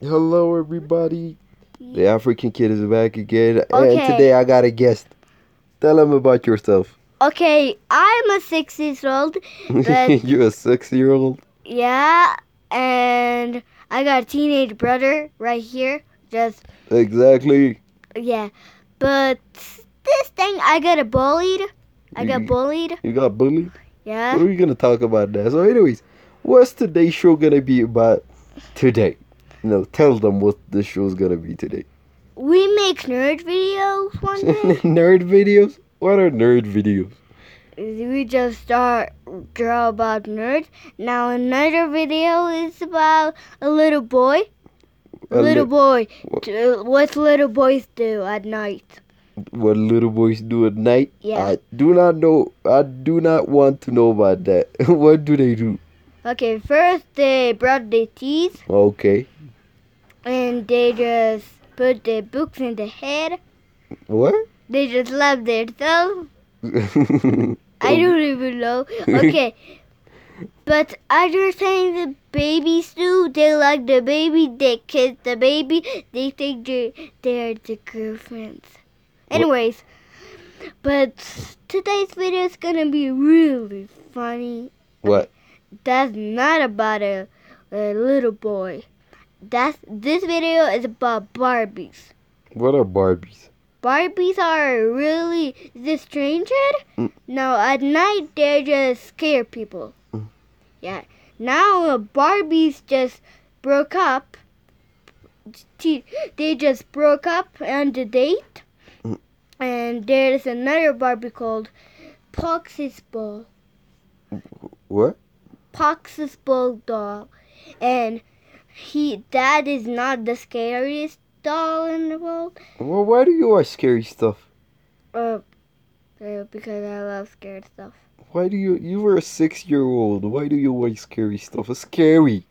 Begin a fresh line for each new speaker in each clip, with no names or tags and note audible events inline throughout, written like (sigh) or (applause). Hello, everybody. The
Yeah.
African kid is back again,
Okay.
and today I got a guest. Tell him about yourself.
Okay, I'm a six years old.
(laughs)
That-
You're a six-year-old.
Yeah, and I got a teenage brother right here. Just
Exactly.
yeah, but this thing I got bullied. I got
You-
bullied.
You got bullied.
Yeah.
We're gonna talk about that. So, anyways, what's today's show gonna be about today? No, tell them what the show's gonna be
(laughs)
today. (laughs)
We make nerd videos one day.
nerd videos. What are nerd videos?
we just start draw about nerds. Now another video is about a little boy.
A
little
li-
boy.
what-
Do- What little boys do at night?
What little boys do at night?
Yeah.
I do not know. I do not want to know about that. (laughs) what do they do?
Okay, first they brush their teeth.
Okay.
and they just put their books in the head.
What?
They just love themselves.
I
I don't even know. Okay. But other things the babies do, they like the baby, they kiss the baby, they think they're, they're the girlfriends. Anyways, but today's video is gonna be really funny.
(laughs) What?
That's not about a, a little boy. That's this video is about Barbies.
What are Barbies?
Barbies are really disjointed.
Mm.
No, at night they just scare people.
Mm.
Yeah. Now uh, Barbies just broke up. T- They just broke up on the date.
Mm.
And there's another Barbie called Pox's Ball.
What?
Pox's Ball doll. And he that is not the scariest doll in the world.
Well, why do you watch scary stuff?
Uh, uh, because I love scared stuff.
Why do you? You were a six-year-old. Why do you watch scary stuff? It's scary.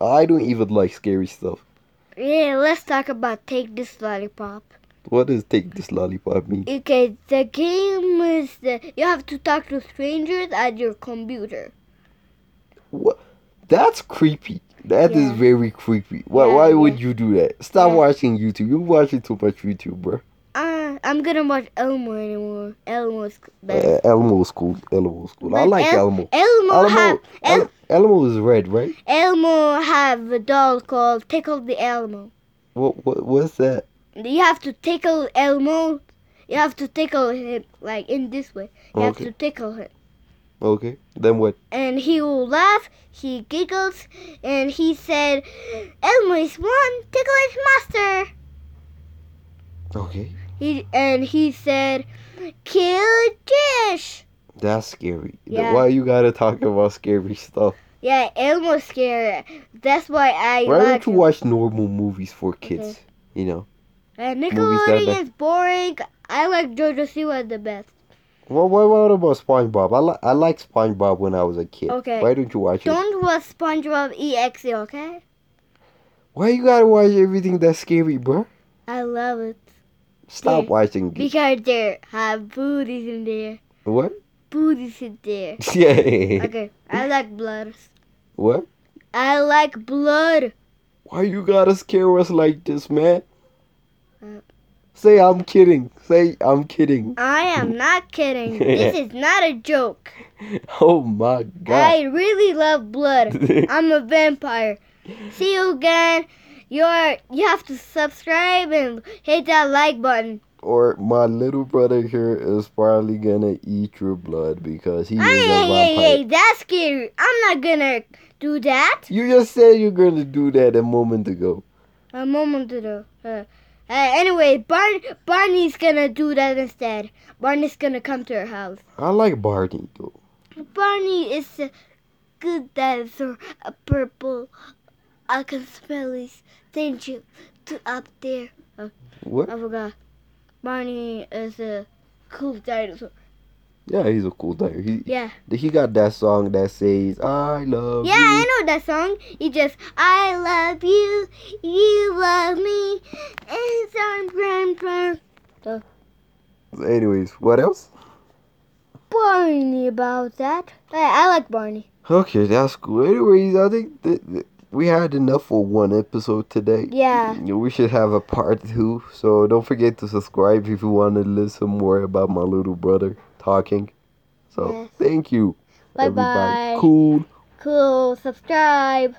I don't even like scary stuff.
Yeah, let's talk about Take This Lollipop.
What does take this lollipop mean?
Okay, the game is that you have to talk to strangers at your computer.
What? That's creepy. That is
Yeah.
very creepy. Why?
Yeah,
why
yeah.
would you do that? Stop
Yeah.
watching YouTube. You're watching too much YouTube, bro.
Uh, I'm gonna watch Elmo anymore. Elmo's better.
Uh, Elmo school. Elmo school. I
But
like
El-
Elmo.
Elmo, have
Elmo.
El-
El- Elmo is red, right?
Elmo have a doll called Tickle the Elmo.
What? What? What's that?
You have to tickle Elmo. You have to tickle him like in this way. You have
Okay.
to tickle him.
Okay. Then what?
and he will laugh, he giggles, and he said, Elmo is one, Tickle is master.
Okay.
He, and he said, kill Dish.
That's scary. Th-
Yeah.
Why you gotta talk about scary stuff?
Yeah, Elmo's scary. That's why I
Why
like
don't you
him.
watch normal movies for
Mm-hmm.
kids? You know.
Uh,
that
Nickelodeon
bad?
is boring. I like JoJo Siwa the best.
Well, why what about SpongeBob? I like I like SpongeBob when I was a kid.
Okay.
Why don't you watch it?
Don't watch SpongeBob EXE, okay?
Why you gotta watch everything that's scary, bro?
I love it
Stop
Yeah.
watching. it.
because they have booties in there.
What? (laughs)
Booties in there.
Yeah.
Okay, I like blood.
What?
I like blood.
Why you gotta scare us like this, man?
Uh,
Say I'm kidding. Say I'm kidding. (laughs)
I am not kidding. This is not a joke.
Oh my god.
I really love blood.
(laughs)
I'm a vampire. See you again. You're you have to subscribe and hit that like button.
or my little brother here is probably gonna eat your blood because he is a
Hey, hey, hey,
vampire.
hey, that's scary. I'm not gonna do that.
You just said you're gonna do that a moment ago.
A moment ago. Uh, uh, anyway, Barn Barney's gonna do that instead. Barney's gonna come to her house.
I like Barney though.
Barney is a good dinosaur, a purple. I can smell his danger to up there.
What?
I forgot. Barney is a cool dinosaur.
Yeah, he's a cool guy. He
Yeah.
he got that song that says I love
Yeah,
you.
I know that song. He just, I love you, you love me, and so brum, brum.
Anyways, what else?
Barney about that. I, I like Barney.
Okay, that's cool. Anyways, I think th- th- we had enough for one episode today.
Yeah.
We should have a part two. So don't forget to subscribe if you want to listen more about my little brother talking. So
Yes.
thank you.
Bye
everybody.
bye.
Cool.
Cool. Subscribe.